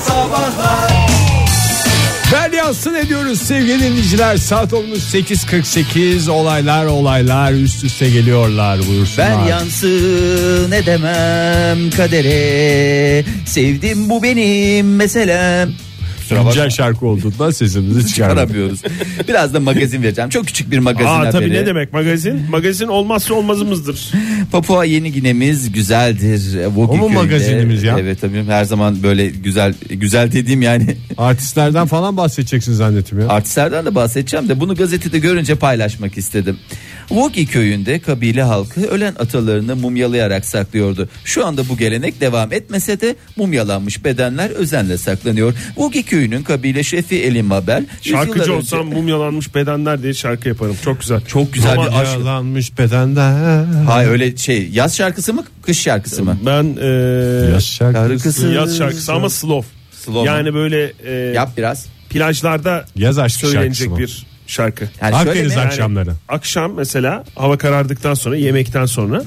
Sabahlar Bel yansın ediyoruz sevgili dinleyiciler. Saat olmuş 8.48 olaylar olaylar üst üste geliyorlar buyursunlar. Ben yansın edemem kadere Sevdim bu benim meselem Güncel şarkı olduğundan sesimizi çıkarmıyoruz. Aramıyoruz Biraz da magazin vereceğim Çok küçük bir magazin Aa haberi tabii ne demek magazin? Magazin olmazsa olmazımızdır. Papua Yeni Gine'miz güzeldir Vogue O mu köyünde. magazinimiz ya? Evet tabii her zaman böyle güzel Güzel dediğim yani Artistlerden falan bahsedeceksin zannettim ya. Artistlerden de bahsedeceğim de bunu gazetede görünce paylaşmak istedim. Woki köyünde kabile halkı ölen atalarını mumyalayarak saklıyordu. Şu anda bu gelenek devam etmese de mumyalanmış bedenler özenle saklanıyor. Woki köyünün kabile şefi Elin Mabel Şarkıcı yüzyıllar olsam önce- mumyalanmış bedenler diye şarkı yaparım. Çok güzel. çok güzel bir aşk. Yalanmış bedenden. Hay öyle şey yaz şarkısı mı kış şarkısı mı? Ben e, Yaz şarkısı. Şarkısı. yaz şarkısı ama slow. Slow mu? Yani böyle e, Yap biraz. plajlarda Yaz aşkı şarkısı söylenecek mı? bir şarkı. Yani şöyle Akdeniz mi? ak- Akşamları. Akşam mesela hava karardıktan sonra yemekten sonra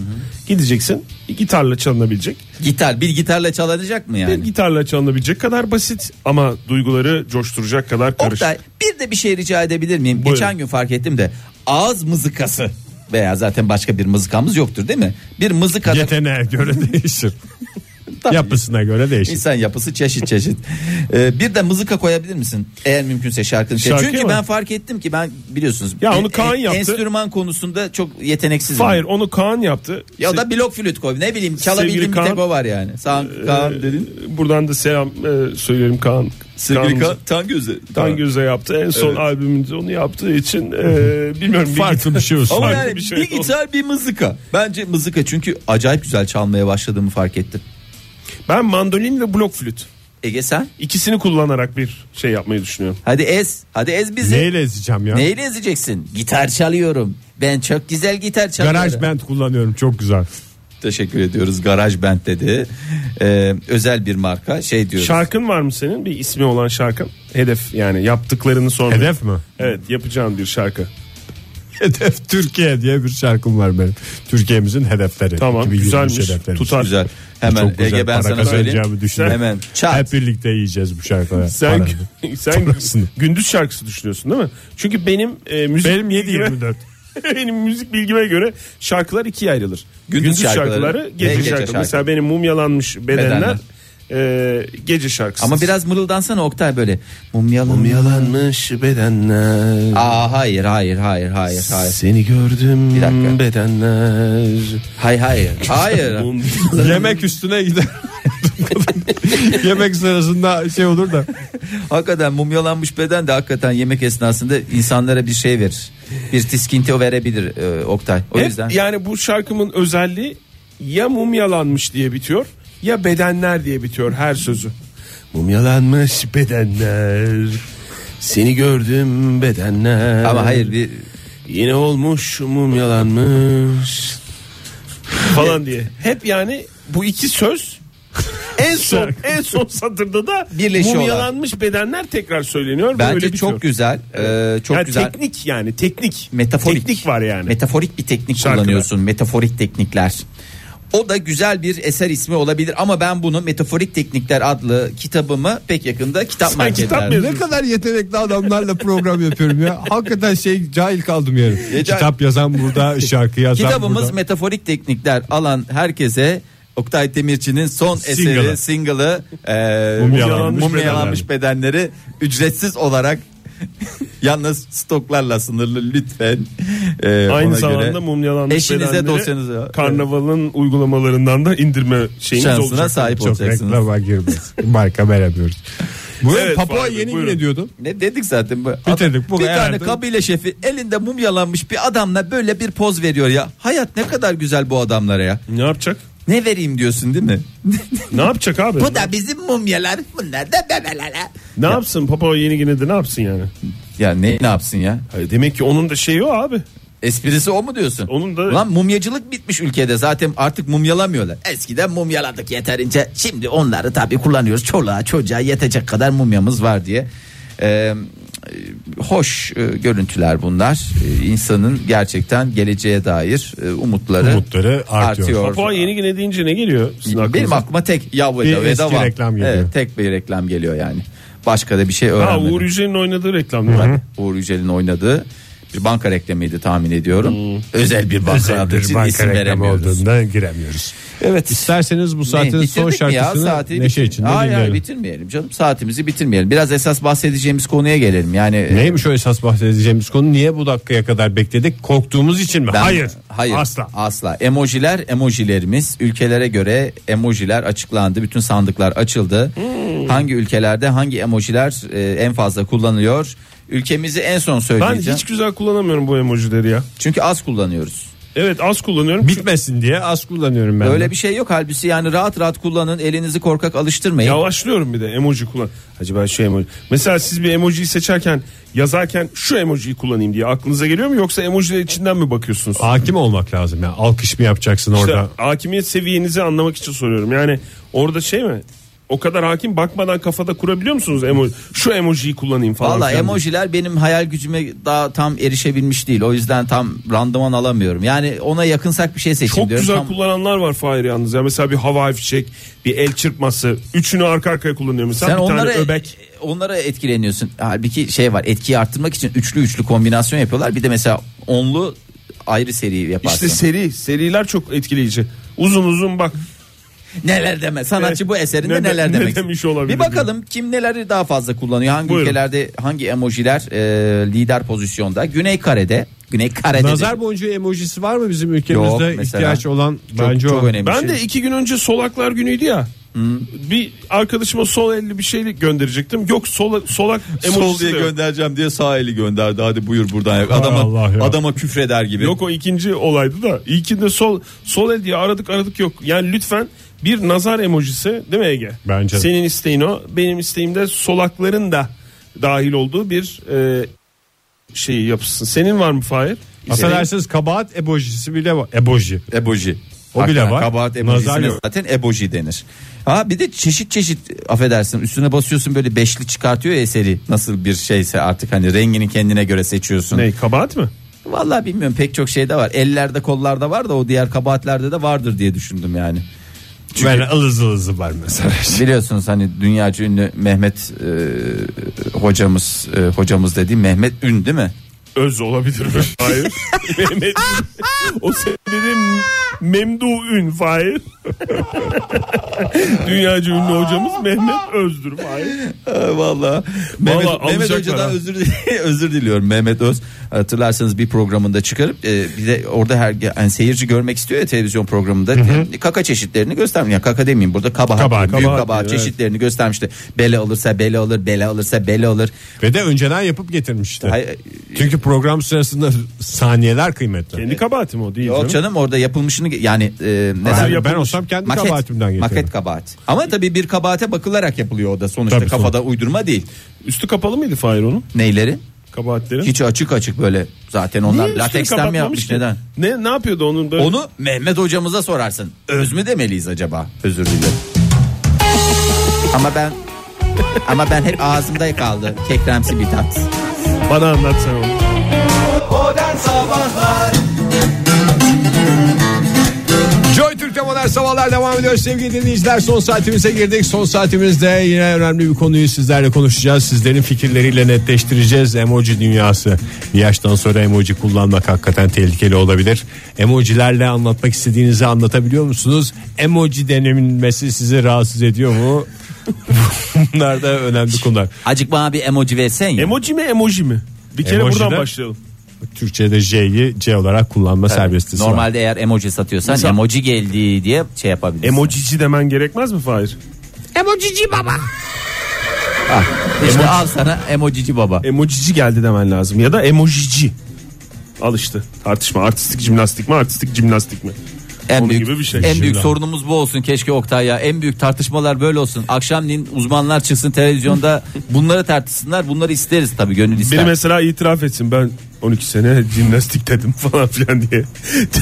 gideceksin. Gitarla çalınabilecek. E, Gitar bir gitarla çalınacak mı yani? Gitarla çalınabilecek kadar basit ama duyguları coşturacak kadar karışık. Oktay bir de bir şey rica edebilir miyim? Buyurun. Geçen gün fark ettim de ağız mızıkası veya zaten başka bir mızıkamız yoktur değil mi? Bir mızıka da- Yeteneğe göre değişir. Tabii. Yapısına göre değişir. İnsan yapısı çeşit çeşit. Ee, bir de mızıka koyabilir misin? Eğer mümkünse şarkının içine. Şarkıya Çünkü mı? ben fark ettim ki ben biliyorsunuz. Ya onu e- Kaan e- yaptı. Enstrüman konusunda çok yeteneksizim. Hayır onu Kaan yaptı. Ya da blok flüt koy. Ne bileyim Sevgili çalabildiğim bir Kaan- tek o var yani. Sağ Ee, Kaan dedin. Buradan da selam e, söylerim Kaan. Sevgili Kaan'ımıza. Kaan tan gözü. Tan Göze yaptı. En son albümünde onu yaptığı için e, bilmiyorum. bir Farklı bir şey olsun. Ama Farklı yani bir, bir şey oldu. gitar bir mızıka. Bence mızıka çünkü acayip güzel çalmaya başladığımı fark ettim. Ben mandolin ve blok flüt. Ege sen? İkisini kullanarak bir şey yapmayı düşünüyorum. Hadi ez. Hadi ez bizi. Neyle ezeceğim ya? Neyle ezeceksin? Gitar çalıyorum. Ben çok güzel gitar çalıyorum. Garaj band kullanıyorum çok güzel. Teşekkür ediyoruz. Garaj Band dedi. Ee, özel bir marka. Şey diyoruz. Şarkın var mı senin? Bir ismi olan şarkın. Hedef yani yaptıklarını sonra. Hedef mi? Evet yapacağın bir şarkı. Hedef Türkiye diye bir şarkım var benim. Türkiye'mizin hedefleri. Tamam, 2023 güzelmiş. hedeflerimiz. Tutar. güzel. Hemen Çok güzel Ege ben para sana söyleyeyim. kazanacağımı düşünüyorum. Hemen çat. Hep birlikte yiyeceğiz bu şarkıları. Sen, Paranı. sen Parasını. gündüz şarkısı düşünüyorsun değil mi? Çünkü benim e, müzik Benim 7-24. benim müzik bilgime göre şarkılar ikiye ayrılır. Gündüz Gündüz, şarkıları şarkıları, ve gece, gece şarkıları. şarkıları. Mesela benim mumyalanmış bedenler, e, gece şarkısı. Ama biraz mırıldansana Oktay böyle. Mumyalı mumyalanmış bedenler. Aa hayır hayır hayır hayır hayır. Seni gördüm Bir dakika. bedenler. Hayır hayır. Hayır. Yemek üstüne gider. Yemek sırasında şey olur da. hakikaten mumyalanmış beden de hakikaten yemek esnasında insanlara bir şey verir. Bir tiskinti o verebilir e, Oktay. O Hep yüzden. yani bu şarkımın özelliği ya mumyalanmış diye bitiyor ya bedenler diye bitiyor her sözü. Mumyalanmış bedenler. Seni gördüm bedenler. Ama hayır bir Yine olmuş mumyalanmış falan diye. Hep yani bu iki söz en son en son satırda da Birleşiyorlar. mumyalanmış bedenler tekrar söyleniyor ve öyle bence bitiyor. çok güzel. e, çok Yani güzel. teknik yani teknik. metaforik Teknik var yani. Metaforik bir teknik Şarkıda. kullanıyorsun. Metaforik teknikler. O da güzel bir eser ismi olabilir ama ben bunu Metaforik Teknikler adlı kitabımı pek yakında kitap Sen kitap mı marketlerinde. Ne kadar yetenekli adamlarla program yapıyorum ya. Hakikaten şey cahil kaldım yani. E, cahil- Kitap yazan burada, şarkı yazan Kitabımız burada. Metaforik Teknikler alan herkese Oktay Demirci'nin son eseri, Single'ı. single'ı e, Mumyalanmış mumyalanmış bedenleri ücretsiz olarak yalnız stoklarla sınırlı lütfen. E, ona Aynı göre zamanda mumyalanmış eşinize, bedenleri dosyanıza- karnavalın uygulamalarından da indirme şeyiniz Şansına olacak. sahip Çok olacaksınız. reklama girmez. Marka veremiyoruz. Bu Evet, Papua Fahri Bey, Yeni buyurun. Gine diyordun. Ne dedik zaten. Bu- Bitirdik. Bu bir tane herhalde- kabile şefi elinde mumyalanmış bir adamla böyle bir poz veriyor ya. Hayat ne kadar güzel bu adamlara ya. Ne yapacak? Ne vereyim diyorsun değil mi? Ne yapacak abi? bu da bizim mumyalar. Bunlar da bebeler. ha. Ne yapsın? Papa Yeni Gine'de ne yapsın yani? Ya ne ne yapsın ya? Hayır, demek ki onun da şeyi o abi. Esprisi o mu diyorsun? Onun da- Lan mumyacılık bitmiş ülkede zaten artık mumyalamıyorlar. Eskiden mumyaladık yeterince. Şimdi onları tabii kullanıyoruz. Çoluğa çocuğa yetecek kadar mumyamız var diye. Ee, hoş e, görüntüler bunlar. E, insanın gerçekten geleceğe dair e, umutları, Umutları artıyor. Papua Yeni Gine deyince ne geliyor sizin Benim aklınıza? aklıma tek ya Bir veda veda eski var. reklam geliyor. Evet, tek bir reklam geliyor yani. Başka da bir şey Ha, öğrenmedim. Uğur Yücel'in oynadığı reklam değil mi? Bak, Uğur Yücel'in oynadığı bir banka reklamıydı tahmin ediyorum. Özel bir banka Hmm. Özel olduğu bir için banka isim reklamı veremiyoruz. olduğundan giremiyoruz. Evet. İsterseniz bu saatin Ne, son bitirdik mi ya? şarkısını Saati Neşe bitir- için de Hayır, hayır dinleyelim. bitirmeyelim canım. Saatimizi bitirmeyelim. Biraz esas bahsedeceğimiz konuya gelelim. Yani e, Neymiş o esas bahsedeceğimiz konu? Niye bu dakikaya kadar bekledik? Korktuğumuz için mi? ben- hayır. Asla. Asla. Emojiler, emojilerimiz ülkelere göre emojiler açıklandı. Bütün sandıklar açıldı. Hmm. Hangi ülkelerde hangi emojiler e, en fazla kullanılıyor? Ülkemizi en son Ben söyleyeceğim. hiç güzel kullanamıyorum bu emojileri ya. Çünkü az kullanıyoruz. Evet az kullanıyorum. Bitmesin diye az kullanıyorum ben. Öyle de. bir şey yok halbuki yani rahat rahat kullanın elinizi korkak alıştırmayın. Yavaşlıyorum bir de emoji kullan. Acaba şu emoji. Mesela siz bir emojiyi seçerken yazarken şu emojiyi kullanayım diye aklınıza geliyor mu yoksa emojiler içinden mi bakıyorsunuz? Hakim olmak lazım ya. Alkış mı yapacaksın İşte orada? hakimiyet seviyenizi anlamak için soruyorum. Yani orada şey mi? O kadar hakim bakmadan kafada kurabiliyor musunuz emoji? Şu emojiyi kullanayım falan. Valla filan diye. emojiler benim hayal gücüme daha tam erişebilmiş değil. O yüzden tam randıman alamıyorum. Yani ona yakınsak bir şey seçin Çok diyorum. güzel Tam- kullananlar var Fahir yalnız. Ya mesela bir hava fişek, bir el çırpması. Üçünü arka arkaya kullanıyor. Mesela Sen bir onlara, tane öbek. onlara etkileniyorsun. Halbuki şey var etkiyi arttırmak için üçlü üçlü kombinasyon yapıyorlar. Bir de mesela onlu ayrı seri yaparsın. İşte seri. Seriler çok etkileyici. Uzun uzun bak. neler deme sanatçı bu eserinde Ne de- neler ne demek. istiyor? demiş olabilir bir bakalım kim neleri daha fazla kullanıyor. Hangi Buyurun. ülkelerde hangi emojiler e, lider pozisyonda. Güney Kare'de. Güney Kare'de. Nazar boncuğu emojisi var mı bizim Yok, ülkemizde mesela. ihtiyaç olan? çok, bence çok o. önemli. Ben şey. de iki gün önce solaklar günüydü ya. Bir arkadaşıma sol elli bir şey gönderecektim. Yok sola, solak emojisi sol diye de yok. göndereceğim diye sağ eli gönderdi. Hadi buyur buradan. yak. Adama Allah ya. adama küfreder gibi. Yok o ikinci olaydı da. İlkinde sol sol el diye aradık aradık yok. Yani lütfen bir nazar emojisi değil mi Ege? Bence de. Senin isteğin o. Benim isteğim de solakların da dahil olduğu bir e, şeyi yapısın. Senin var mı Fahir? şey. Affedersiniz kabahat ebojisi bile var. Eboji. Eboji. O bile var. Kabahat Nazar ebojisine yok. zaten eboji denir. Ha bir de çeşit çeşit affedersin üstüne basıyorsun böyle beşli çıkartıyor ya eseri. Nasıl bir şeyse artık hani rengini kendine göre seçiyorsun. Ne kabahat mı? Vallahi bilmiyorum pek çok şeyde var. Ellerde kollarda var da o diğer kabahatlerde de vardır diye düşündüm yani. Çünkü... Böyle ılız ılızı var mesela. Biliyorsunuz hani dünyaca ünlü Mehmet e, hocamız e, hocamız dediğim Mehmet Ün değil mi? Öz olabilir mi? Hayır. Mehmet. o senin dediğin Memdu'ün Fahir. Dünyaca ünlü hocamız Mehmet Özdür Fahir. Ay, Vallahi Mehmet, Mehmet alacaklar Hoca'dan ha. özür, özür diliyorum Mehmet Öz hatırlarsanız bir programında çıkarıp e, bir de orada her yani seyirci görmek istiyor ya televizyon programında E, kaka çeşitlerini göstermiş yani kaka demeyeyim burada kabahat, Kabahat, büyük kabahat kabahat, diyor, çeşitlerini göstermişti bele alırsa bele alır bele alırsa bele alır Ve de önceden yapıp getirmişti. Hayır, Çünkü program sırasında saniyeler kıymetli. Kendi kabahatim o değil yok canım. canım orada yapılmışını yani e, ne Hayır, derler? ben olsam kendi kabahatimden getiririm. maket kabahat ama tabii bir kabahate bakılarak yapılıyor o da sonuçta Tabii, kafada uydurma değil Üstü kapalı mıydı Fahir onun? neyleri Kabahatlerin. hiç açık açık böyle zaten onlar Niye üstünü lateksten mi kapatmamış yapmış ki? neden? Ne ne yapıyordu onun böyle? Onu Mehmet hocamıza sorarsın. Öz mü demeliyiz acaba? Özür dilerim. Ama ben ama ben hep ağzımda kaldı. Kekremsi bir tat. bana anlatsana onu. Joy Türk'te modern sabahlar devam ediyor sevgili dinleyiciler. Son saatimize girdik. Son saatimizde yine önemli bir konuyu sizlerle konuşacağız. Sizlerin fikirleriyle netleştireceğiz. Emoji dünyası. Bir yaştan sonra emoji kullanmak hakikaten tehlikeli olabilir. Emojilerle anlatmak istediğinizi anlatabiliyor musunuz? Emoji denilmesi sizi rahatsız ediyor mu? Bunlar da önemli konular. Acık bana bir emoji versen ya. Emoji mi emoji mi? Bir kere Emoji buradan de- başlayalım. Türkçe'de J'yi C olarak kullanma serbestisi var. Normalde eğer emoji satıyorsan Mesela- emoji geldi diye şey yapabilirsin. Emojici demen gerekmez mi Fahir? İşte al sana emojici baba. Emojici geldi demen lazım ya da emojici. Al işte tartışma artistik jimnastik mi artistik jimnastik mi? en onun büyük, gibi bir şey. en büyük Şimdi. sorunumuz bu olsun keşke Oktay ya. En büyük tartışmalar böyle olsun. Akşamleyin uzmanlar çıksın televizyonda bunları tartışsınlar. Bunları isteriz tabii gönül ister. Biri mesela itiraf etsin ben 12 sene jimnastik dedim falan filan diye.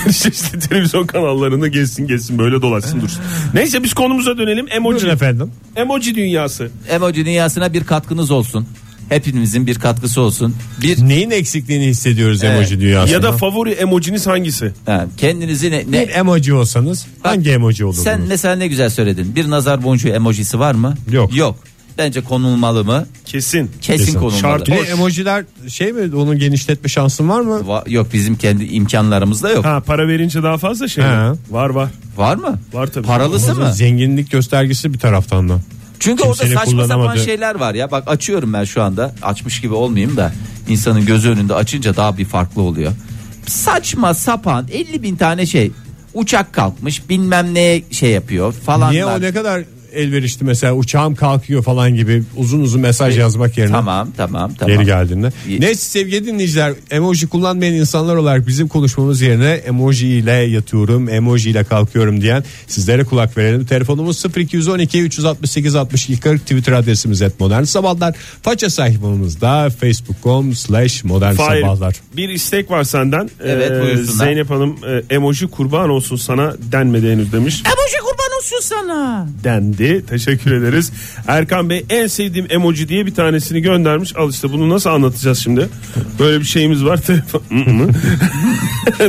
işte televizyon kanallarında gelsin gelsin böyle dolaşsın dursun. Neyse biz konumuza dönelim emoji. Buyurun efendim. Emoji dünyası. Emoji dünyasına bir katkınız olsun. Hepimizin bir katkısı olsun. Bir Neyin eksikliğini hissediyoruz Evet. emoji dünyasında? Ya da favori emojiniz hangisi? ha, kendinizi ne, ne- bir emoji olsanız hangi emoji olurdunuz? sen mesela ne güzel söyledin. Bir nazar boncuğu emojisi var mı? Yok. Yok. Bence konulmalı mı? Kesin. Kesin, Kesin. konulmalı. Şart Bir Hoş. emojiler şey mi onun genişletme şansın var mı? Va- yok bizim kendi imkanlarımızda yok. Ha para verince daha fazla şey. mi? He. Var var. Var mı? Var tabii. Paralısı mı? Zenginlik göstergesi bir taraftan da. Çünkü orada Kimsenin saçma sapan kullanamadığı- şeyler var ya. Bak açıyorum ben şu anda. Açmış gibi olmayayım da insanın gözü önünde açınca daha bir farklı oluyor. Saçma sapan 50 bin tane şey. Uçak kalkmış bilmem ne şey yapıyor falan. Niye o ne kadar elverişli mesela uçağım kalkıyor falan gibi uzun uzun mesaj yazmak yerine. Tamam tamam tamam. Geri geldiğinde. İyi. Neyse sevgili dinleyiciler emoji kullanmayan insanlar olarak bizim konuşmamız yerine emoji ile yatıyorum, emoji ile kalkıyorum diyen sizlere kulak verelim. Telefonumuz 0212 368 62 40 Twitter adresimiz et modern sabahlar. Faça sayfamızda facebook.com slash modern Fahir, sabahlar. bir istek var senden. Ee, Evet, buyursunlar. Zeynep Hanım e, emoji kurban olsun sana denmedi henüz demiş. Emoji E, kurban olsun sana. Dendi. Teşekkür ederiz. Erkan Bey en sevdiğim emoji diye bir tanesini göndermiş. Al işte bunu nasıl anlatacağız şimdi? Böyle bir şeyimiz var. Telefon-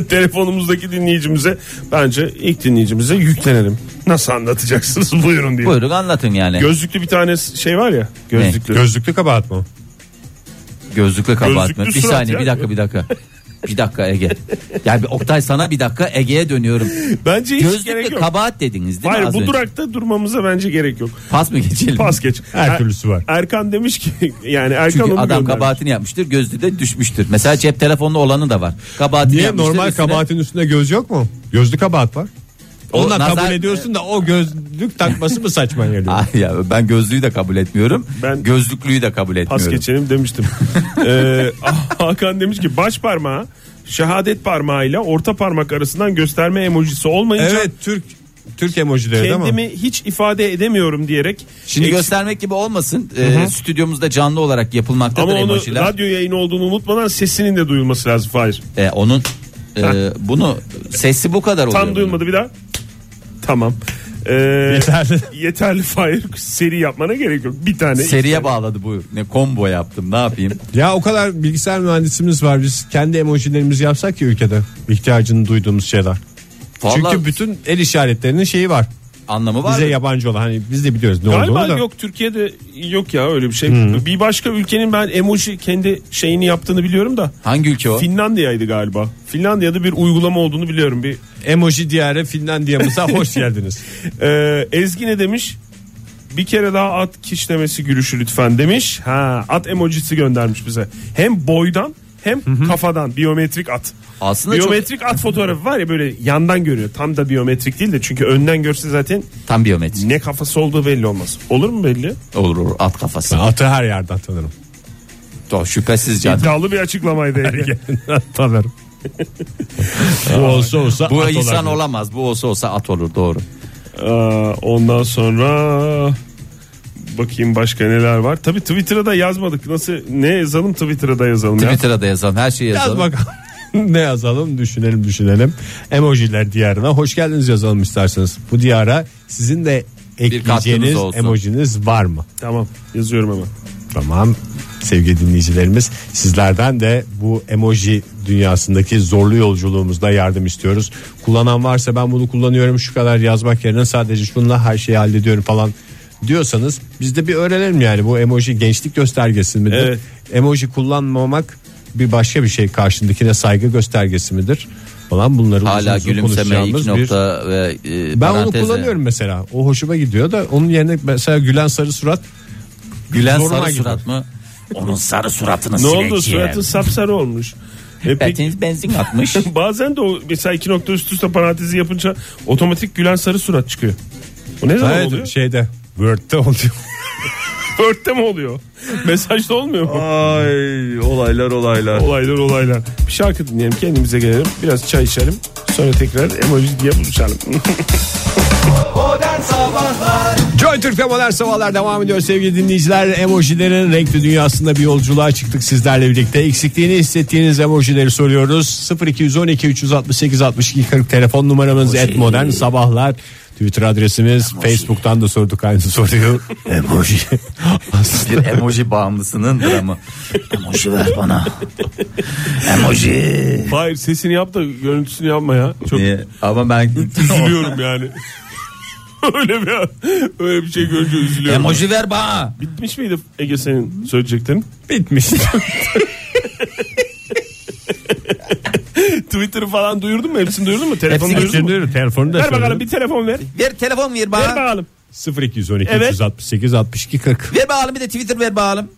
Telefonumuzdaki dinleyicimize bence ilk dinleyicimize yüklenelim. Nasıl anlatacaksınız? Buyurun diye. Buyurun anlatın yani. Gözlüklü bir tane şey var ya. Gözlüklü. Gözlüklü kabahat mı? Gözlükle kabartma. Gözlüklü Bir surat saniye ya. bir dakika bir dakika. bir dakika Ege. Yani bir Oktay sana bir dakika Ege'ye dönüyorum. Bence hiç gerek Gözlükle yok. kabahat dediniz değil mi Hayır az bu önce? durakta durmamıza bence gerek yok. Pas mı geçelim? Pas geç. Her Er- türlüsü var. Erkan demiş ki yani Erkan Çünkü onu adam göndermiş. kabahatini yapmıştır gözlüğü de düşmüştür. Mesela cep telefonlu olanı da var. Kabahatini Niye yapmıştır. normal üstüne- kabahatin üstünde göz yok mu? Gözlü kabahat var. O Onunla nazar- kabul ediyorsun da o gözlük takması mı saçma geliyor? Ay Ah ya ben gözlüğü de kabul etmiyorum. Ben- gözlüklüyü de kabul Pas etmiyorum. geçelim demiştim. Ee, Hakan demiş ki baş parmağı şehadet parmağıyla orta parmak arasından gösterme emojisi olmayınca Evet Türk Türk emojileri değil mi? kendimi hiç ifade edemiyorum diyerek Şimdi Eks- göstermek gibi olmasın. Ee, stüdyomuzda canlı olarak yapılmaktadır ama onu emojiler. radyo yayını olduğunu unutmadan sesinin de duyulması lazım Fahir. Ee, onun e, bunu sesi bu kadar oluyor. Tam bunun. duyulmadı bir daha. Tamam. Ee, Yeterli. yeterli Fahir seri yapmana gerek yok. Bir tane. Seriye bağladı bu. Ne combo yaptım ne yapayım. Ya o kadar bilgisayar mühendisimiz var biz kendi emojilerimizi yapsak ya ülkede ihtiyacını duyduğumuz şeyler. Vallahi Çünkü bütün el işaretlerinin şeyi var. anlamı var. Bize mı? yabancı olan hani biz de biliyoruz ne Galiba olduğunu da. yok Türkiye'de yok ya öyle bir şey. Bir başka ülkenin ben emoji kendi şeyini yaptığını biliyorum da. Hangi ülke o? Finlandiya'ydı galiba. Finlandiya'da bir uygulama olduğunu biliyorum. Bir Emoji diyarı Finlandiya'mıza hoş geldiniz. Ee, Ezgi ne demiş? Bir kere daha at kişnemesi gülüşü lütfen demiş. Ha at emojisi göndermiş bize. Hem boydan hem kafadan biyometrik at. Aslında çok- biyometrik at fotoğrafı var ya böyle yandan görüyor. Tam da biyometrik değil de çünkü önden görse zaten Tam biyometrik. ne kafası olduğu belli olmaz. Olur mu belli? Olur olur at kafası. Ben Atı her yerden tanırım. Doğru, Şüphesiz canım. İddialı bir açıklamaydı. Ezgi. tanırım. bu olsa olsa Bu at insan olabilir. olamaz. Bu olsa olsa at olur doğru. Ee, ondan sonra bakayım başka neler var. Tabii Twitter'a da yazmadık. Nasıl ne yazalım Twitter'a da yazalım ya. Twitter'a da yazalım. Her şeyi Yaz yazalım. bakalım. ne yazalım düşünelim düşünelim. Emojiler diyarına hoş geldiniz yazalım isterseniz. Bu diyara sizin de katkınız ekleyeceğiniz olsun. emojiniz var mı? Tamam yazıyorum hemen. Tamam sevgili dinleyicilerimiz sizlerden de bu emoji dünyasındaki zorlu yolculuğumuzda yardım istiyoruz. Kullanan varsa ben bunu kullanıyorum şu kadar yazmak yerine sadece şununla her şeyi hallediyorum falan diyorsanız biz de bir öğrenelim yani bu emoji gençlik göstergesi midir? Evet. Emoji kullanmamak bir başka bir şey karşındakine saygı göstergesi midir? Falan bunları uzun Hala uzun gülümseme konuşacağımız iki bir- nokta ve e, Ben onu parantezle. kullanıyorum mesela. O hoşuma gidiyor da onun yerine mesela gülen sarı surat Gülen Zoruma sarı gidiyor. surat mı? Onun sarı suratını Ne oldu suratın sapsarı olmuş. E, peki, Petiniz benzin atmış. bazen de o mesela iki nokta üst üste parantezi yapınca otomatik gülen sarı surat çıkıyor. O ne zaman Evet, oluyor? şeyde Word'de oluyor. Örtte mi oluyor? Mesajda olmuyor mu? Ay olaylar olaylar. Olaylar olaylar. Bir şarkı dinleyelim kendimize gelelim. Biraz çay içelim. Sonra tekrar emoji diye buluşalım. Modern Sabahlar Joy Türk'te modern sabahlar devam ediyor sevgili dinleyiciler. Emojilerin renkli dünyasında bir yolculuğa çıktık sizlerle birlikte. Eksikliğini hissettiğiniz emojileri soruyoruz. 0212 368 62 40 telefon numaramız et modern sabahlar. Twitter adresimiz Facebook'tan da sorduk aynı soruyu. Emoji. Bir emoji bağımlısının dramı. emoji ver bana. Emoji. Hayır sesini yap da görüntüsünü yapma ya. Çok Niye? Ama ben üzülüyorum yani. öyle bir öyle bir şey görünce üzülüyorum. emoji ver bana. Bitmiş miydi Ege senin söyleyeceklerin? Bitmiş. Twitter'ı falan duyurdun mu? Hepsini duyurdun mu? Telefonu Hepsini duyurdun mu? Telefonu da Ver bakalım sorduk. bir telefon ver. Ver telefon ver Ver bana. bakalım. 0212 Evet. 368 62 40. Ver bakalım bir de Twitter ver bakalım.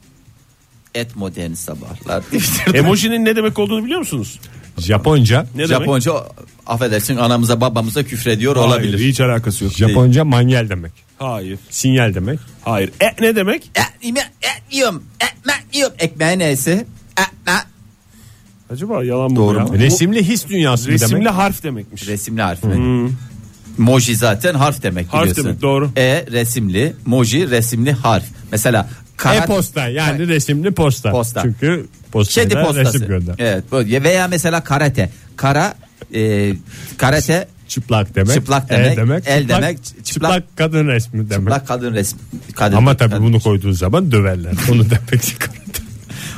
Et modern sabahlar. Twitter'da. Emojinin ne demek olduğunu biliyor musunuz? Japonca. Ne demek? Japonca affedersin anamıza babamıza küfrediyor olabilir. Hayır, hiç alakası yok. Japonca manyel demek. Hayır. Sinyal demek. Hayır. E ne demek? Ekmeği etmiyorum. Ekmek yiyorum. Ekmeği neyse. Ekmek. Acaba yalan mı? Doğru bu ya? mu? Bu Resimli his dünyası Resimli demek. harf demekmiş. Resimli harf mi? Moji zaten harf demek Hmm. Harf biliyorsun. demek, doğru. E resimli, moji resimli harf. Mesela karat- E-posta yani resimli posta. Posta. Çünkü postayla kedi postası. resim gönder. Şey Evet. böyle. Veya mesela karate. Kara e, karate Çıplak demek. Çıplak el demek, demek. el çıplak, demek, çıplak, çıplak- kadın resmi demek. çıplak kadın resmi. Kadın Ama tabii kadın. bunu koyduğun zaman döverler. Onu demek ki karate.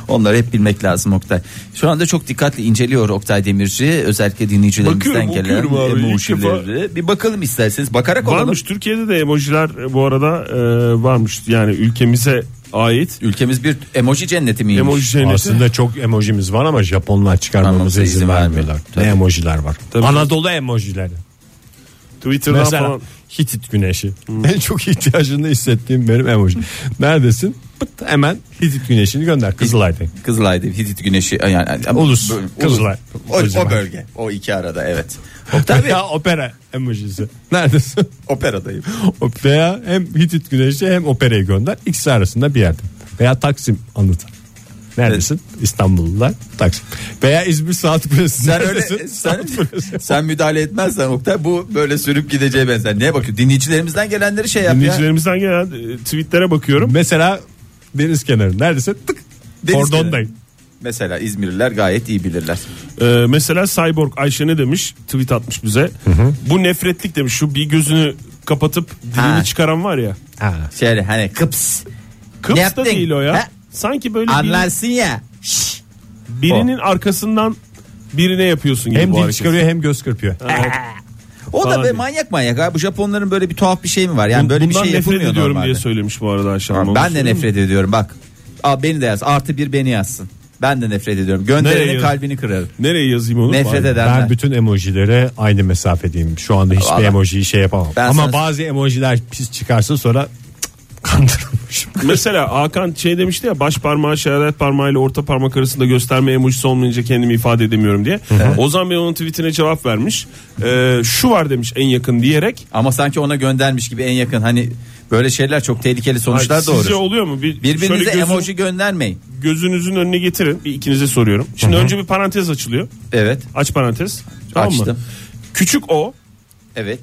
Onları hep bilmek lazım Oktay. Şu anda çok dikkatli inceliyor Oktay Demirci. Özellikle dinleyicilerimizden Bakıyorum, gelen bakıyorum abi. İlk emojileri. Bir bakalım isterseniz. Bakarak olalım. Varmış Türkiye'de de emojiler e, bu arada e, varmış. Yani ülkemize ait Ülkemiz bir emoji cenneti miymiş? emoji cenneti. Aslında çok emojimiz var ama Japonlar çıkarmamıza Anlamıza izin izin vermiyor. vermiyorlar. Tabii. Ne emojiler var. Anadolu emojileri. Twitter'dan Mesela falan. Hitit güneşi. Hmm. En çok ihtiyacını hissettiğim benim emoji. Neredesin? Pıt, hemen Hitit güneşini gönder. Kızılay'dayım. Kızılay'da Hitit Güneşi yani- yani Ulus, Böl- Kızılay. O, Kızılay. o bölge. O iki arada evet. Oktay Bey Veya opera emojisi. Neredesin? operadayım. Veya hem Hitit Güneş'i hem operayı gönder. İkisi arasında bir yerde. Veya Taksim anıtı. Neredesin? İstanbullular Taksim. Veya İzmir Saat Kulesi. Sen Neredesin? öyle sen, Saat Kulesi. sen müdahale etmezsen Oktay bu böyle sürüp gideceğe benzer. Neye bakıyor? Dinleyicilerimizden gelenleri şey yap ya. Dinleyicilerimizden gelen e, tweetlere bakıyorum. Mesela deniz kenarı. Neredesin? Tık. Deniz Kordondayım. Mesela İzmirliler gayet iyi bilirler. E, mesela Cyborg Ayşe ne demiş? Tweet atmış bize. Bu nefretlik demiş. Şu bir gözünü kapatıp dilini Ha. çıkaran var ya. Ha. Şöyle hani kıps Ne Kıps yaptın? da değil o ya. Ha? Sanki böyle bir- anlarsın ya. Şşş. birinin arkasından birine yapıyorsun gibi Hem bu dil hareketi. çıkarıyor hem göz kırpıyor. O da Falan be diye. manyak manyak abi. Bu Japonların böyle bir tuhaf bir şey mi var? Yani Bu- böyle bir Bundan şey nefret yapılmıyor ediyorum normalde. diye söylemiş bu arada Ayşe Hanım. ben de nefret ediyorum bak. Aa, beni de yaz. Artı bir beni yazsın. Ben de nefret ediyorum. Nereye Gönderenin yaz- kalbini kırarım. Nereye yazayım onu? Nefret Bari. edenler. Ben bütün emojilere aynı mesafedeyim. Şu anda hiçbir Vallahi. emojiyi şey yapamam. Ben Ama sana- bazı emojiler pis çıkarsa sonra cık, kandırılmışım. Mesela Hakan şey demişti ya baş parmağı işaret parmağıyla orta parmak arasında gösterme emojisi olmayınca kendimi ifade edemiyorum diye. Ozan Bey onun tweetine cevap vermiş. Ee, şu var demiş en yakın diyerek. Ama sanki ona göndermiş gibi en yakın hani böyle şeyler çok tehlikeli sonuçlar Ay, doğru. Sizce oluyor mu? Bir, şöyle Birbirinize gözün- emoji göndermeyin. Gözünüzün önüne getirin. Bir ikinize soruyorum. Şimdi önce bir parantez açılıyor. Evet. Aç parantez. Tamam mı? Açtım. Küçük o. Evet.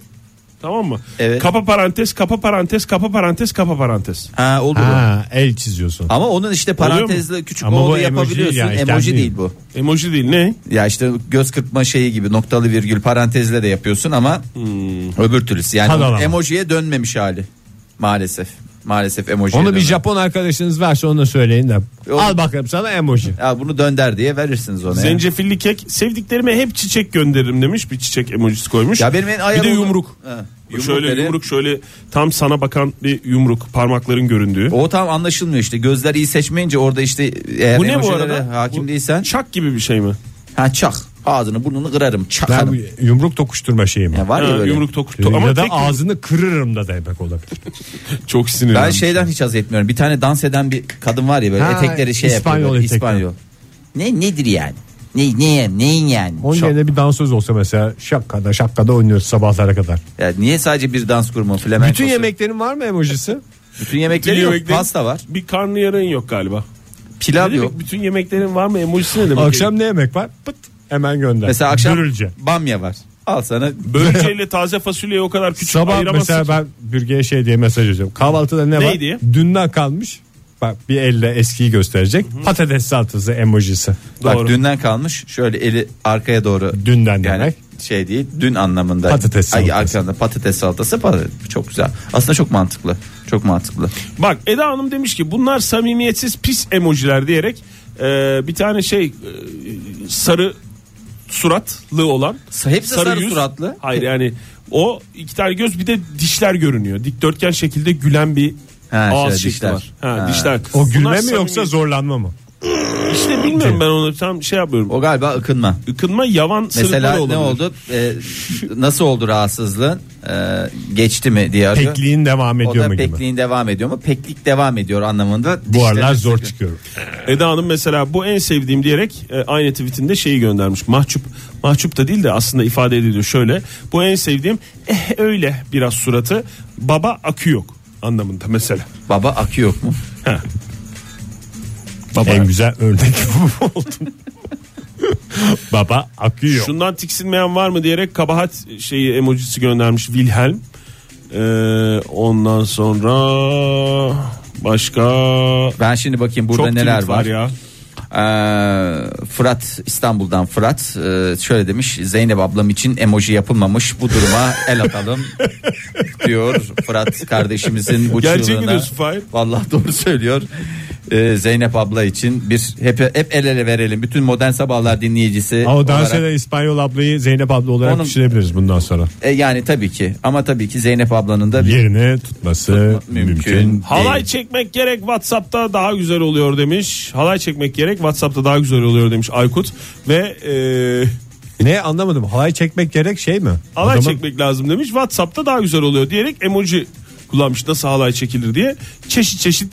Tamam mı? Evet. Kapa parantez, kapa parantez, kapa parantez, kapa parantez. Ha olur. o. ha, el çiziyorsun. Ama onun işte parantezle küçük Ama bu oğlu emoji yapabiliyorsun. yani, Emoji, kendi- değil bu. Emoji değil ne? Ya işte göz kırpma şeyi gibi noktalı virgül parantezle de yapıyorsun ama Hmm. öbür türlüsü. Yani Hadi onun ama. emojiye dönmemiş hali. Maalesef. Maalesef emojiye Onu bir dönmemiş. Japon arkadaşınız varsa onu da söyleyin de. Yok. Al bakalım sana emoji. Ya bunu dönder diye verirsiniz ona. ya. Zencefilli kek. Sevdiklerime hep çiçek gönderirim demiş. Bir çiçek emojisi koymuş. Ya benim en bir ayağım de yumruk. Ha, şöyle dedi. yumruk şöyle tam sana bakan bir yumruk parmakların göründüğü. O tam anlaşılmıyor işte. Gözler iyi seçmeyince orada işte eğer Bu ne bu emojilere arada? hakim Bu değilsen Çak gibi bir şey mi? ha çak ağzını burnunu kırarım Ben bu çakarım. yumruk tokuşturma şeyi mi? Ya var ya Ha, böyle. yumruk toku. Ya ama da tek- ağzını kırırım da demek olabilir. çok sinirlendim. Ben şey- şeyden hiç haz etmiyorum. Bir tane dans eden bir kadın var ya böyle Ha, etekleri şey İspanyol yapıyor. böyle, etekleri. İspanyol. Ne nedir yani? Ne ne neyin yani? Onun Şok. yerine bir dansöz olsa mesela şakkada şakkada oynuyoruz sabahlara kadar. Ya niye sadece bir dans kurumu flamenkosu? Bütün yemeklerin var mı emojisi? bütün yemekleri Bütün yok. yemeklerin- Pasta var. Bir karnıyarın yok galiba. Pilav Ne demek? yok. Bütün yemeklerin var mı? Emojisi ne demek? Akşam ne yemek var? Pıt hemen gönder. Mesela akşam Dürülce. bamya var. Al sana Börülceyle taze fasulyeyi o kadar küçük Sabah ayıramazsın. mesela ben Bürge'ye şey diye mesaj yazıyorum. Kahvaltıda ne var? Ne diye? Dünden kalmış. Bak bir elle eskiyi gösterecek. Patates salatası emojisi. Bak Doğru. dünden kalmış şöyle eli arkaya doğru. Dünden yani demek. şey değil dün anlamında. Patates Ay, salatası. arkanda patates salatası patates. çok güzel. Aslında çok mantıklı. Çok mantıklı. Bak Eda Hanım demiş ki bunlar samimiyetsiz pis emojiler diyerek e, bir tane şey e, sarı suratlı olan Sa- hepsi sarı suratlı. Hayır yani o iki tane göz bir de dişler görünüyor. Dikdörtgen şekilde gülen bir Ha, ağız şöyle şekli dişler. var. Ha, Ha. dişler. O Bunlar gülme mi samimiyet- yoksa zorlanma mı? İşte bilmiyorum ben onu tam şey yapıyorum. O galiba ıkınma. Ikınma yavan sırıtma Mesela olabilir. ne oldu? Ee, nasıl oldu rahatsızlığın? Ee, geçti mi diye arıyor. Pekliğin devam o ediyor da mu gibi. pekliğin devam ediyor mu? Peklik devam ediyor anlamında. Bu Dişleri aralar zor sıkıyor. çıkıyorum. Eda Hanım mesela bu en sevdiğim diyerek e, aynı tweetinde şeyi göndermiş. Mahcup mahcup da değil de aslında ifade ediliyor şöyle. Bu en sevdiğim eh öyle biraz suratı baba akü yok anlamında mesela. Baba akı yok mu? Baba. En güzel örnek bu oldu. Baba akıyor. Şundan tiksinmeyen var mı diyerek kabahat şeyi emojisi göndermiş Wilhelm. E, ondan sonra başka Ben şimdi bakayım burada çok neler tweet var ya. Ee, Fırat İstanbul'dan Fırat e, şöyle demiş Zeynep ablam için emoji yapılmamış bu duruma el atalım diyor Fırat kardeşimizin bu Gerçek mi çığlığına. diyorsun Fahir? Vallahi doğru söylüyor. Ee, Zeynep abla için bir hep hep el ele verelim bütün modern sabahlar dinleyicisi. Ama dans olarak- eden İspanyol ablayı Zeynep abla olarak Onun- düşünebiliriz bundan sonra. E, yani tabii ki ama tabii ki Zeynep ablanın da bir Yerini tutması mümkün. mümkün. Halay değil. çekmek gerek WhatsApp'ta daha güzel oluyor demiş. Halay çekmek gerek WhatsApp'ta daha güzel oluyor demiş Aykut ve e, Ne anlamadım. Halay çekmek gerek şey mi? Halay O zaman çekmek lazım demiş. WhatsApp'ta daha güzel oluyor diyerek emoji kullanmış nasıl halay çekilir diye. Çeşit çeşit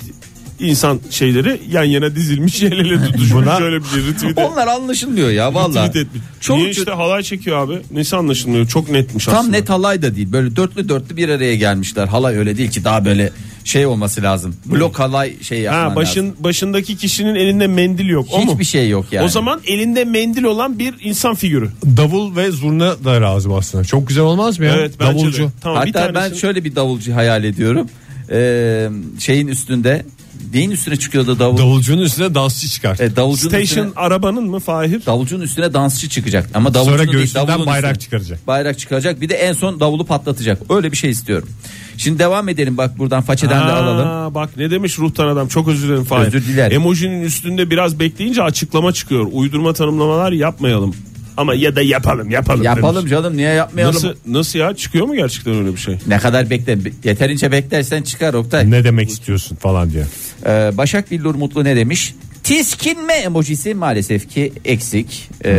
insan şeyleri yan yana dizilmiş el ele tutuşmuş. Buna- Şöyle bir şey retweet, et- Onlar anlaşılmıyor ya valla. retweet etmiş. Çok Niye işte halay çekiyor abi? Nesi anlaşılmıyor? Çok netmiş Tam aslında. net halay da değil. Böyle dörtlü dörtlü bir araya gelmişler. Halay öyle değil ki daha böyle şey olması lazım. Blok halay şey yapman Ha, başın, lazım. başındaki kişinin elinde mendil yok. o mu? Hiçbir şey yok yani. O zaman elinde mendil olan bir insan figürü. davul ve zurna da razı aslında. Çok güzel olmaz mı ya? Evet bence Davulcu. de. Tamam, bir Hatta ben tanesini- şöyle bir davulcu hayal ediyorum. Ee, şeyin üstünde neyin üstüne çıkıyordu davul? Davulcunun üstüne dansçı çıkar. E, davulcunun Station üstüne arabanın mı Fahir? davulcunun üstüne dansçı çıkacak. Ama davulcunun Sonra değil, göğsünden davulun bayrak üstüne. çıkaracak. Bayrak çıkacak. Bir de en son davulu patlatacak. Öyle bir şey istiyorum. Şimdi devam edelim bak buradan façeden de Aa, alalım. Bak ne demiş ruhtan adam çok özür dilerim Fahir. Özür dilerim. Emojinin üstünde biraz bekleyince açıklama çıkıyor. Uydurma tanımlamalar yapmayalım. Ama ya da yapalım yapalım. Yapalım demiş. canım niye yapmayalım? Nasıl, nasıl ya çıkıyor mu gerçekten öyle bir şey? Ne kadar bekle yeterince beklersen çıkar Oktay. Ne demek istiyorsun falan diye. Ee, Başak Billur Mutlu ne demiş? Tiskinme emojisi maalesef ki eksik. Ee,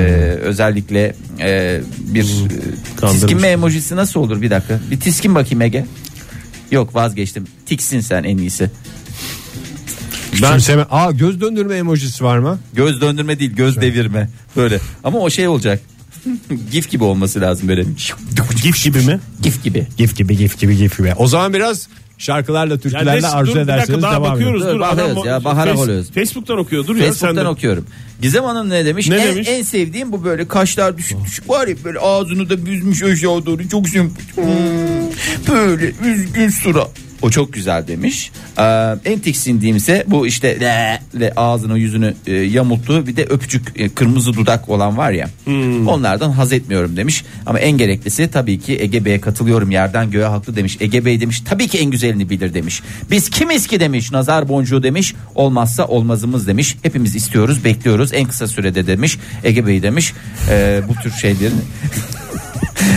özellikle e, bir e, tiskinme emojisi nasıl olur bir dakika. Bir tiskin bakayım Ege. Yok vazgeçtim. Tiksin sen en iyisi. Küçümseme. Aa göz döndürme emojisi var mı? Göz döndürme değil, göz devirme. Böyle. Ama o şey olacak. gif gibi olması lazım böyle. Gif gibi mi? Gif gibi. Gif gibi gif gibi gif gibi. O zaman biraz şarkılarla türkülerle arzu dur, bir dakika ederseniz daha devam bakıyoruz. ediyoruz. Dur, Dur, bakıyoruz adam- Ee, ya, bahara Face- oluyoruz. Facebook'tan okuyor dur ya sen Facebook'tan de. okuyorum. Gizem Hanım ne demiş? Ne en, demiş? Oh. en sevdiğim bu böyle kaşlar düşük düşük var ya böyle ağzını da büzmüş aşağı doğru çok sempatik. Hmm, Böyle üzgün sura. O çok güzel demiş. Ee, en tiksindiğimse bu işte le, le ağzını yüzünü e, yamulttu bir de öpücük e, kırmızı dudak olan var ya. Hmm. Onlardan haz etmiyorum demiş. Ama en gereklisi tabii ki Ege Bey'e katılıyorum yerden göğe haklı demiş. Ege Bey demiş tabii ki en güzelini bilir demiş. Biz kimiz ki demiş nazar boncuğu demiş. Olmazsa olmazımız demiş. Hepimiz istiyoruz bekliyoruz en kısa sürede demiş. Ege Bey demiş Ee, bu tür şeylerin.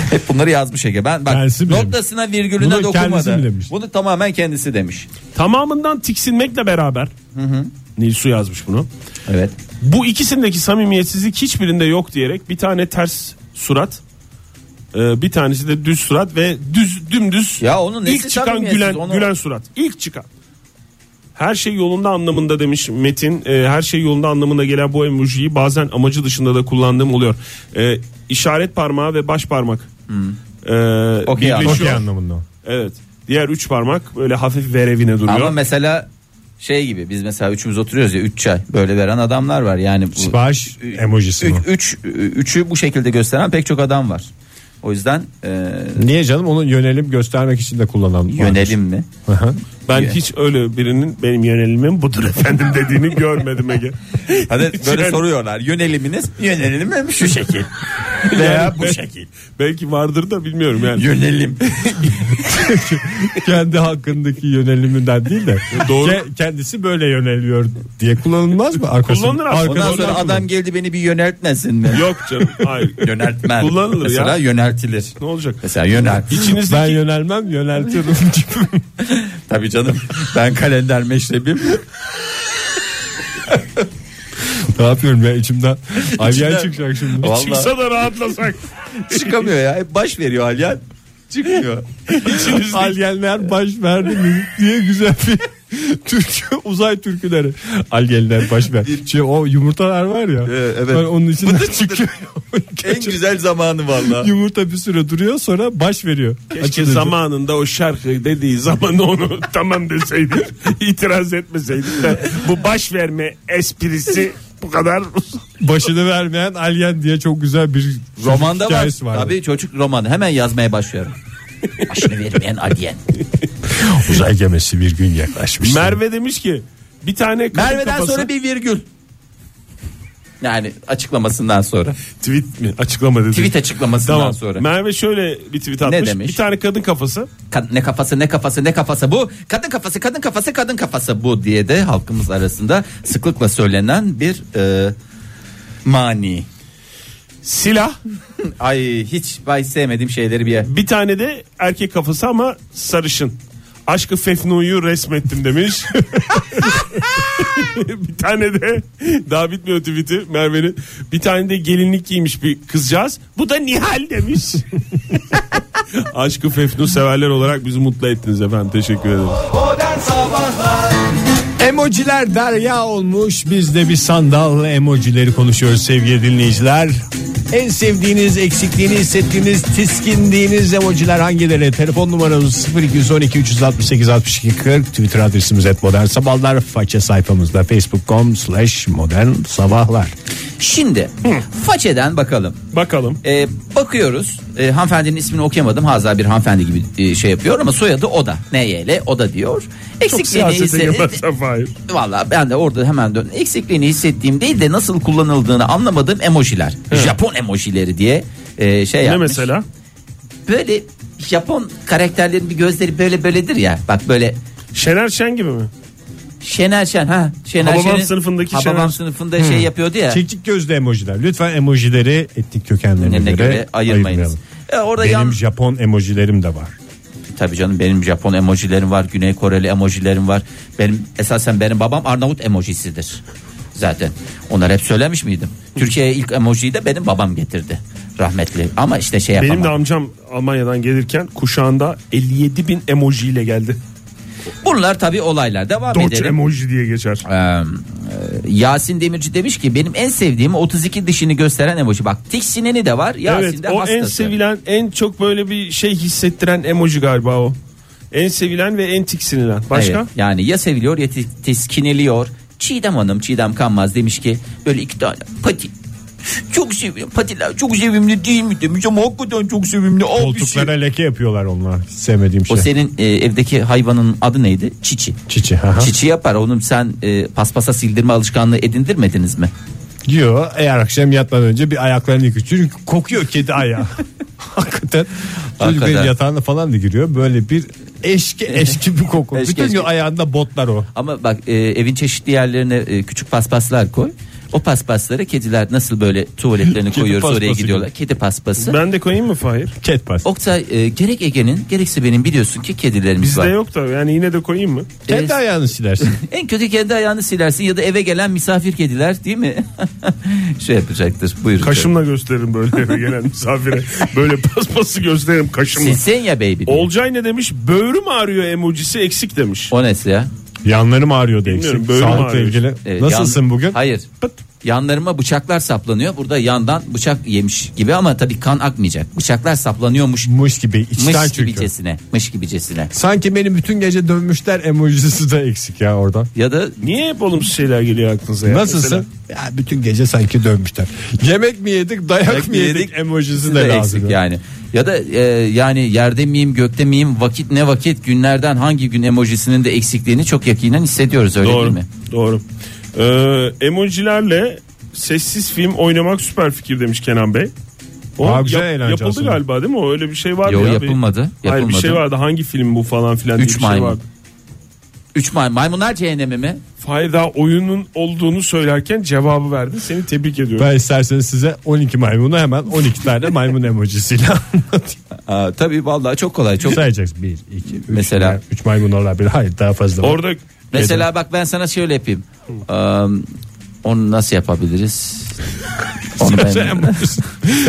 Hep bunları yazmış Ege. Ben bak Kendisi mi noktasına virgülüne Bunu kendisi mi dokunmadı. demiş? Bunu tamamen kendisi demiş. Tamamından tiksinmekle beraber. Nilsu yazmış bunu. Evet. Bu ikisindeki samimiyetsizlik hiçbirinde yok diyerek bir tane ters surat e, bir tanesi de düz surat ve düz dümdüz Ya onun nesi ilk çıkan samimiyetsiz, gülen onu- gülen surat ilk çıkan her şey yolunda anlamında demiş Metin E, her şey yolunda anlamına gelen bu emojiyi bazen amacı dışında da kullandığım oluyor e, işaret parmağı ve baş parmak e, Hmm. Okey abi. birleşiyor. Okey anlamında. evet diğer üç parmak böyle hafif verevine duruyor Ama mesela şey gibi biz mesela üçümüz oturuyoruz ya üç çay böyle veren adamlar var yani bu Sipariş emojisi mi? üç, üç- üçü bu şekilde gösteren pek çok adam var. O yüzden e, Niye canım onu yönelim göstermek için de kullanan. yönelim mi? vardır. Ben Ye. hiç öyle birinin benim yönelimim budur efendim dediğini görmedim Ege. Hani böyle Yani- soruyorlar yöneliminiz yönelimim şu şey. şekil veya bu şekil. Belki vardır da bilmiyorum yani. Yönelim. Kendi hakkındaki yöneliminden değil de. Doğru. Ke- Kendisi böyle yöneliyor diye kullanılmaz mı? Arkası, Kullanılır aslında. arkası- Ondan sonra adam geldi beni bir yöneltmesin mi? Yok canım hayır. Yöneltmen. Kullanılır ya. Mesela yöneltilir. ne olacak? Mesela yönel. İçinizdeki Ben yönelmem yöneltirim gibi. Tabii canım ben kalender meşrebim. ne yapıyorum ya içimden. Alyan İçinden- çıkacak şimdi. Vallahi. çıksa da rahatlasak. Çıkamıyor ya. Hep baş veriyor Alyan. Çıkmıyor. İçinizdeki Alyenler baş verdi mi diye güzel bir türkü uzay türküleri. Alyenler baş ver. Şey, o yumurtalar var ya. Ee, evet. Ben onun için Bıdı çıktı. çıkıyor. en güzel zamanı valla. Yumurta bir süre duruyor sonra baş veriyor. Keşke Açılınca. zamanında o şarkı dediği zaman onu tamam deseydik. itiraz etmeseydik de bu baş verme esprisi bu kadar Başını vermeyen alyen diye çok güzel bir Romanda var. hikayesi vardı. Tabii çocuk romanı. Hemen yazmaya başlıyorum. Başını vermeyen Alyen. Uzay gemisi bir gün yaklaşmış. Merve demiş ki bir tane kadın Merve'den kafası- sonra bir virgül. Yani açıklamasından sonra. tweet mi açıklama dedi. Tweet açıklamasından Tamam. sonra. Merve şöyle bir tweet atmış. demiş? Bir tane kadın kafası. Kad- ne kafası ne kafası ne kafası bu. Kadın kafası kadın kafası kadın kafası bu diye de halkımız arasında sıklıkla söylenen bir e, mani. Silah. Ay hiç bay sevmediğim şeyleri bir yer. Bir tane de erkek kafası ama sarışın. Aşkı Fefnu'yu resmettim demiş. bir tane de daha bitmiyor tweet'i Merve'nin. Bir tane de gelinlik giymiş bir kızcağız. Bu da Nihal demiş. Aşkı Fefnu severler olarak bizi mutlu ettiniz efendim. Teşekkür ederim. Modern Sabahlar Emojiler derya olmuş. Biz de bir sandal emojileri konuşuyoruz sevgili dinleyiciler. En sevdiğiniz, eksikliğini hissettiğiniz, tiskindiğiniz emojiler hangileri? Telefon numaramız 0212 368 62 40. Twitter adresimiz et modern sabahlar. Faça sayfamızda facebook.com slash modern sabahlar. Şimdi façeden bakalım. Bakalım. E, bakıyoruz. E, hanımefendinin ismini okuyamadım. Haza bir hanımefendi gibi e, şey yapıyor ama soyadı Oda. NYL Oda diyor. Çok Eksikliğini siyasete hisse- girmezsen Fahir. Valla ben de orada hemen dön. Eksikliğini hissettiğim değil de nasıl kullanıldığını anlamadığım emojiler. Japon emojileri diye e, şey Ne yapmış. mesela? Böyle Japon karakterlerin bir gözleri böyle böyledir ya. Bak böyle Şener Şen gibi mi? Şener Şen ha. Şener Hababam Şen'in- sınıfındaki Hababam Şener. sınıfında şey yapıyordu ya. Çekik gözlü emojiler. Lütfen emojileri etnik kökenlerine Kendine göre, göre ayırmayınız. ayırmayalım. E, orada Benim yan... Japon emojilerim de var. Tabii canım benim Japon emojilerim var, Güney Koreli emojilerim var. Benim esasen benim babam Arnavut emojisidir. Zaten onlar hep söylemiş miydim? Türkiye'ye ilk emojiyi de benim babam getirdi. Rahmetli. Ama işte şey yapamam. Benim de amcam Almanya'dan gelirken kuşağında 57 bin emoji ile geldi. Bunlar tabii olaylar. Devam Doç edelim. emoji diye geçer. Ee, e, Yasin Demirci demiş ki benim en sevdiğim 32 dişini gösteren emoji. Bak tiksineni de var. Yasin Evet de o hastası. en sevilen en çok böyle bir şey hissettiren emoji galiba o. En sevilen ve en tiksinilen. Başka? Evet, yani ya seviliyor ya tis- tiskiniliyor. Çiğdem Hanım, Çiğdem Kanmaz demiş ki böyle iki tane pati çok seviyorum. Patiler çok sevimli değil mi demiş ama hakikaten çok sevimli. Al bir Koltuklara şey. leke yapıyorlar onlar. Hiç sevmediğim O şey. senin e, evdeki hayvanın adı neydi? Çiçi. Çiçi. haha. Çiçi yapar. Onun sen e, paspasa sildirme alışkanlığı edindirmediniz mi? Yo eğer akşam yatmadan önce bir ayaklarını yıkıyor. Çünkü kokuyor kedi ayağı. Hakikaten. Çocuk Hakikaten. benim yatağına falan da giriyor. Böyle bir eşki eşki bir koku. Eşki Bütün gün eşki. ayağında botlar o. Ama bak e, evin çeşitli yerlerine e, küçük paspaslar koy. O paspasları kediler nasıl böyle tuvaletlerini Kedi koyuyoruz oraya paspası gidiyorlar. Kedi paspası. Ben de koyayım mı Fahir? Cat pass. Oktay e, gerek Ege'nin gerekse benim biliyorsun ki kedilerimiz Bizde var. yok da yani yine de koyayım mı? Kendi e, ayağını silersin. En kötü kendi ayağını silersin ya da eve gelen misafir kediler değil mi? şey yapacaktır buyurun. Kaşımla gösteririm böyle eve gelen misafire. Böyle paspası gösteririm kaşımla. Silsen ya baby. Olcay ne demiş? Böğrüm ağrıyor emojisi eksik demiş. o nesi ya? Yanlarım ağrıyor diye. Bilmiyorum, eksik. böğrüm Sağlıkla ağrıyor. ilgili. Evet, Nasılsın yan- bugün? Hayır. Pıt. yanlarıma bıçaklar saplanıyor. Burada yandan bıçak yemiş gibi ama tabii kan akmayacak. Bıçaklar saplanıyormuş. Mış gibi içten Mış çünkü. gibicesine. Mış gibicesine. Sanki benim bütün gece dönmüşler emojisi de eksik ya oradan. Ya da Niye hep olumsuz şeyler geliyor aklınıza ya? Mesela- Nasılsın? Ya bütün gece sanki dönmüşler. Yemek mi yedik, dayak Dayak mı mı yedik, yedik? emojisi de de eksik lazım. yani. Ya da e, yani yerde miyim gökte miyim vakit ne vakit günlerden hangi gün emojisinin de eksikliğini çok yakinen hissediyoruz öyle Doğru. değil mi? Doğru. Ee, emojilerle sessiz film oynamak süper fikir demiş Kenan Bey. O Aa, güzel eğlence yapıldı aslında. galiba değil mi? O öyle bir şey vardı Yo, ya. yapılmadı, Bir, hayır bir yapılmadı. şey vardı. Hangi film bu falan filan diye Üç bir şey maymun. vardı. Üç may maymunlar cehennemi mi? Fahir daha oyunun olduğunu söylerken cevabı verdi. Seni tebrik ediyorum. Ben isterseniz size 12 maymunu hemen 12 tane maymun emojisiyle anlatayım. Aa, tabii vallahi çok kolay çok. Sayacaksın 1, 2, 3. Mesela- 3 maymun olabilir. Hayır daha fazla. var. Orada Mesela bak ben sana şöyle yapayım. Ee, onu nasıl yapabiliriz? Onu ben- Sen emojisi.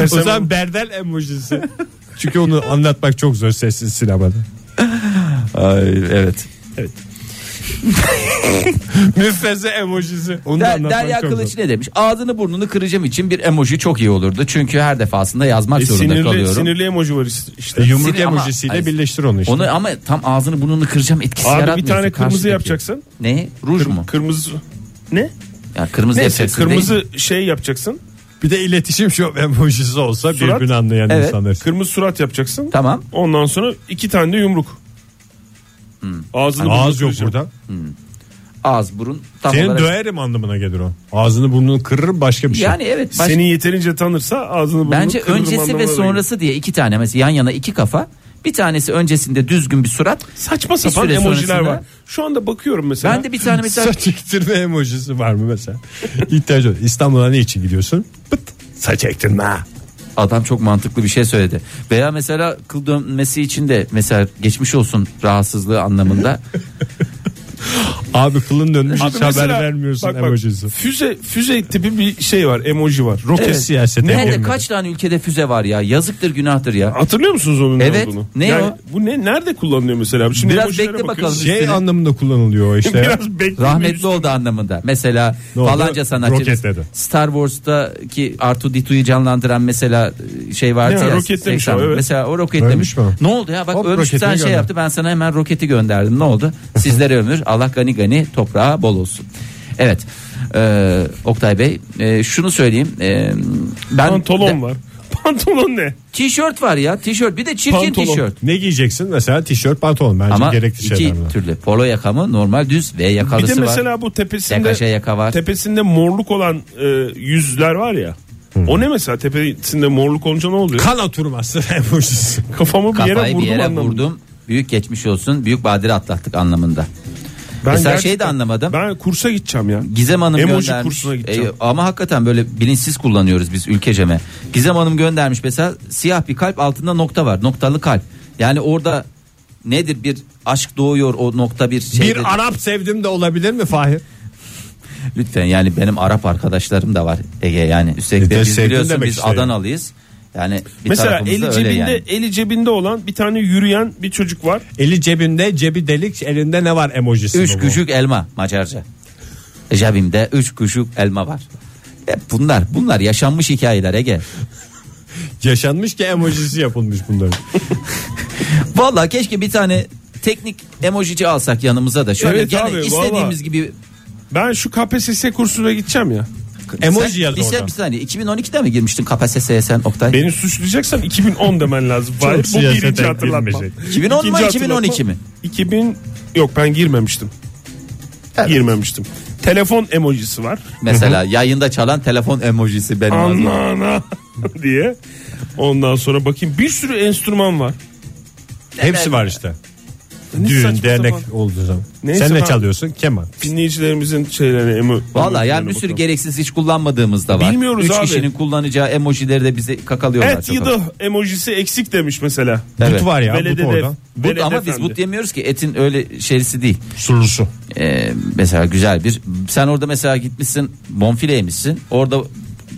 o zaman berdel emojisi. Çünkü onu anlatmak çok zor sessiz sinemada. Ay, evet. Müfreze emojisi. Onu da Der, anlatmak Derya çok zor. Kılıç ne demiş? Ağzını burnunu kıracağım için bir emoji çok iyi olurdu. Çünkü her defasında yazmak e, zorunda sinirli, kalıyorum. sinirli emoji var işte. E, Yumruk Sinir- ama- emojisiyle Ay, birleştir onu işte. Onu ama tam ağzını burnunu kıracağım etkisi Abi yaratmıyorsun. bir tane kırmızı Karşıdaki- yapacaksın. Ne? Ruj mu? Kırmızı ne? Ya kırmızı Neyse yapacaksın değil mi? kırmızı şey yapacaksın. Bir de iletişim şu emojisi olsa Surat. birbirini anlayan Evet. insanlar. Kırmızı surat yapacaksın. Tamam. Ondan sonra iki tane de yumruk. Hmm. Ağzını Ağız burnunu yok kıracağım. burada. Ağız, burun tam Senin olarak. döverim anlamına gelir o. Ağzını burnunu kırırım başka bir şey. Yani evet. baş- Seni yeterince tanırsa ağzını burnunu Bence kırırım öncesi anlamına ve da sonrası diye iki tane mesela yan yana iki kafa. Bir tanesi öncesinde düzgün bir surat. gelir. saçma Bir sapan süre emojiler sonrasında- var. Şu anda bakıyorum mesela. Ben de bir tane mesela Saç ektirme emojisi var mı mesela? İhtiyacı yok. İstanbul'a ne için gidiyorsun? Pıt. Saç ektirme. adam çok mantıklı bir şey söyledi. Veya mesela kıl dönmesi için de mesela geçmiş olsun rahatsızlığı anlamında. Abi kılın dönmüş Abi hiç mesela- haber vermiyorsun bak, bak, emojisi. Füze füze tipi bir şey var. Emoji var. Roket. Evet. Siyasete Nerede girmedi. kaç tane ülkede füze var ya? Yazıktır günahtır ya. Hatırlıyor musunuz onun Evet. ne olduğunu? Ne yani o? Bu ne nerede kullanılıyor mesela? Şimdi Biraz emojilere bekle bakıyoruz. bakalım. Şey üstüne- anlamında kullanılıyor o işte. ya. Biraz bekle. Rahmetli oldu anlamında. Mesela Ne oldu? falanca sanatçı Roket dedi. Star Wars'taki Artu Ditu'yu canlandıran mesela e, şey vardı Ya, ya. roketlemiş 80. o, evet. Mesela o roketlemiş. Ölmüş mü o? Ne oldu ya bak Hop, ölmüş sen roketini şey gönder. yaptı ben sana hemen roketi gönderdim. Ne oldu? Sizlere ömür Allah gani gani toprağa bol olsun. Evet. Ee, Oktay Bey e, şunu söyleyeyim. Ee, ben Pantolon de- var. Pantolon ne? Tişört var ya tişört bir de çirkin Pantolon. tişört. Ne giyeceksin? Mesela tişört pantolon bence Ama gerekli iki şeyler. bunlar. türlü polo yakamı normal düz ve Bir yakalısı de mesela var. bu tepesinde Yakaşa yaka var. tepesinde morluk olan e, yüzler var ya. O ne mesela tepesinde morluk olunca ne oluyor? Kan oturması emojisi. Kafamı bir yere Kafayı vurdum bir yere anlamında. vurdum. Büyük geçmiş olsun. Büyük badire atlattık anlamında. Ben Mesela gerçekten- E şeyi de anlamadım. Ben kursa gideceğim ya. Gizem Hanım Emoji göndermiş. kursuna gideceğim. E, ama hakikaten böyle bilinçsiz kullanıyoruz biz ülkeceme. Gizem Hanım göndermiş mesela siyah bir kalp altında nokta var. Noktalı kalp. Yani orada nedir bir aşk doğuyor o nokta bir şey. bir Arap sevdim de olabilir mi Fahir? Lütfen yani benim Arap arkadaşlarım da var Ege yani. Üstelik E, Bir de de biz sevdim biliyorsun demek biz işte yani. Adanalıyız. Yani bir Mesela tarafımız da eli öyle cebinde yani. eli cebinde olan bir tane yürüyen bir çocuk var. Eli cebinde cebi delik elinde ne var emojisi. Üç mi bu? küçük elma Macarca. Cebimde üç küçük elma var. Hep bunlar bunlar yaşanmış hikayeler Ege. Yaşanmış ki emojisi yapılmış bunların. Vallahi keşke bir tane teknik emojici alsak yanımıza da şöyle Evet gene abi, istediğimiz vallahi. gibi Ben şu KPSS kursuna gideceğim ya. Emoji Sen- yaz bir, sen- oradan. bir saniye 2012'de mi girmiştin KPSS'ye sen Oktay? Beni suçlayacaksan 2010 demen lazım. Vay, bu siyasete birinci hatırlatma. girmeyecek. 2010 mu, İkinci 2012 mi? 2000 yok ben girmemiştim. Girmemiştim. Telefon emojisi var. Mesela yayında çalan telefon emojisi benim ağzımda. Ana ana diye. Ondan sonra bakayım bir sürü enstrüman var. Hepsi var işte. Ne Düğün, saçma dernek sapan. olduğu zaman. Neyse Sen ne ben- çalıyorsun? Keman. Dinleyicilerimizin şeylerine emo. Valla emojilerine yani bir sürü bakalım. gereksiz hiç kullanmadığımız da var. Bilmiyoruz Üç abi. kişinin kullanacağı emojileri de bize kakalıyorlar. Et çok yıdı emojisi eksik demiş mesela. Evet. But var ya but Velededef- orada. But ama biz Veledefendi. but yemiyoruz ki etin öyle şeysi değil. Sulusu. Ee, mesela güzel bir sen orada mesela gitmişsin bonfile yemişsin orada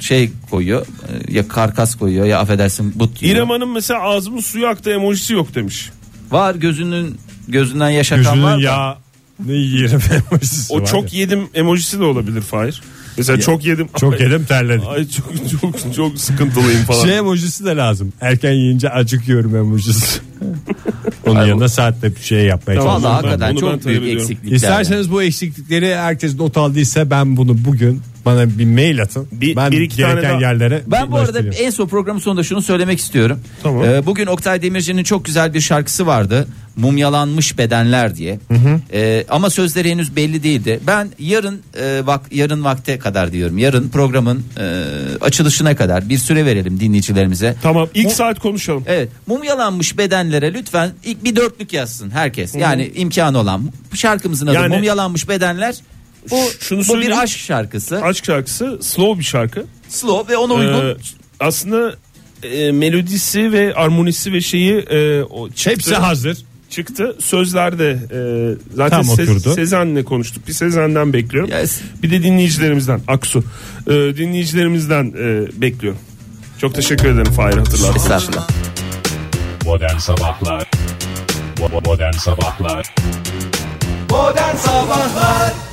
şey koyuyor e, ya karkas koyuyor ya affedersin but yiyor. İrem Hanım mesela ağzımın suyu aktı emojisi yok demiş. var gözünün gözünden yaş akan Gözünün var da. yağını yerim emojisi O var çok ya. yedim emojisi de olabilir Fahir. Mesela çok yedim. Çok yedim terledim. Ay çok çok çok sıkıntılıyım falan. Şey emojisi de lazım. Erken yiyince acıkıyorum emojisi. Onun yanına saatte bir şey yapmaya Tamam. Vallahi çalışıyorum. ben- hakikaten bunu ben çok talep büyük ediyorum. eksiklikler. var. İsterseniz bu eksiklikleri herkes not aldıysa ben bunu bugün bana bir mail atın. Bir- ben bir iki tane gereken daha- yerlere Ben bu arada ulaştırayım. en son programın sonunda şunu söylemek istiyorum. Tamam. Ee, bugün Oktay Demirci'nin çok güzel bir şarkısı vardı. Mumyalanmış bedenler diye. Ee, ama sözleri henüz belli değildi. Ben yarın e, vak yarın vakte kadar diyorum. Yarın programın e, açılışına kadar bir süre verelim dinleyicilerimize. Tamam ilk Mu- saat konuşalım. Evet mumyalanmış bedenlere lütfen ilk bir dörtlük yazsın herkes. Yani imkanı olan şarkımızın adı Yani- mumyalanmış bedenler. Bu, Şunu bu söyleyeyim. bir aşk şarkısı. Aşk şarkısı slow bir şarkı. Slow ve ona uygun. Ee, aslında e, melodisi ve armonisi ve şeyi e, o çıktı. Hepsi hazır. çıktı. Sözlerde e, zaten Tam Se- oturdu. Sezen'le konuştuk. Bir Sezen'den bekliyorum. Yes. Bir de dinleyicilerimizden Aksu. E, dinleyicilerimizden e, bekliyorum. Çok teşekkür ederim Fahir hatırlattığın için. Estağfurullah. Modern Sabahlar Bo- bo- Modern Sabahlar Modern Sabahlar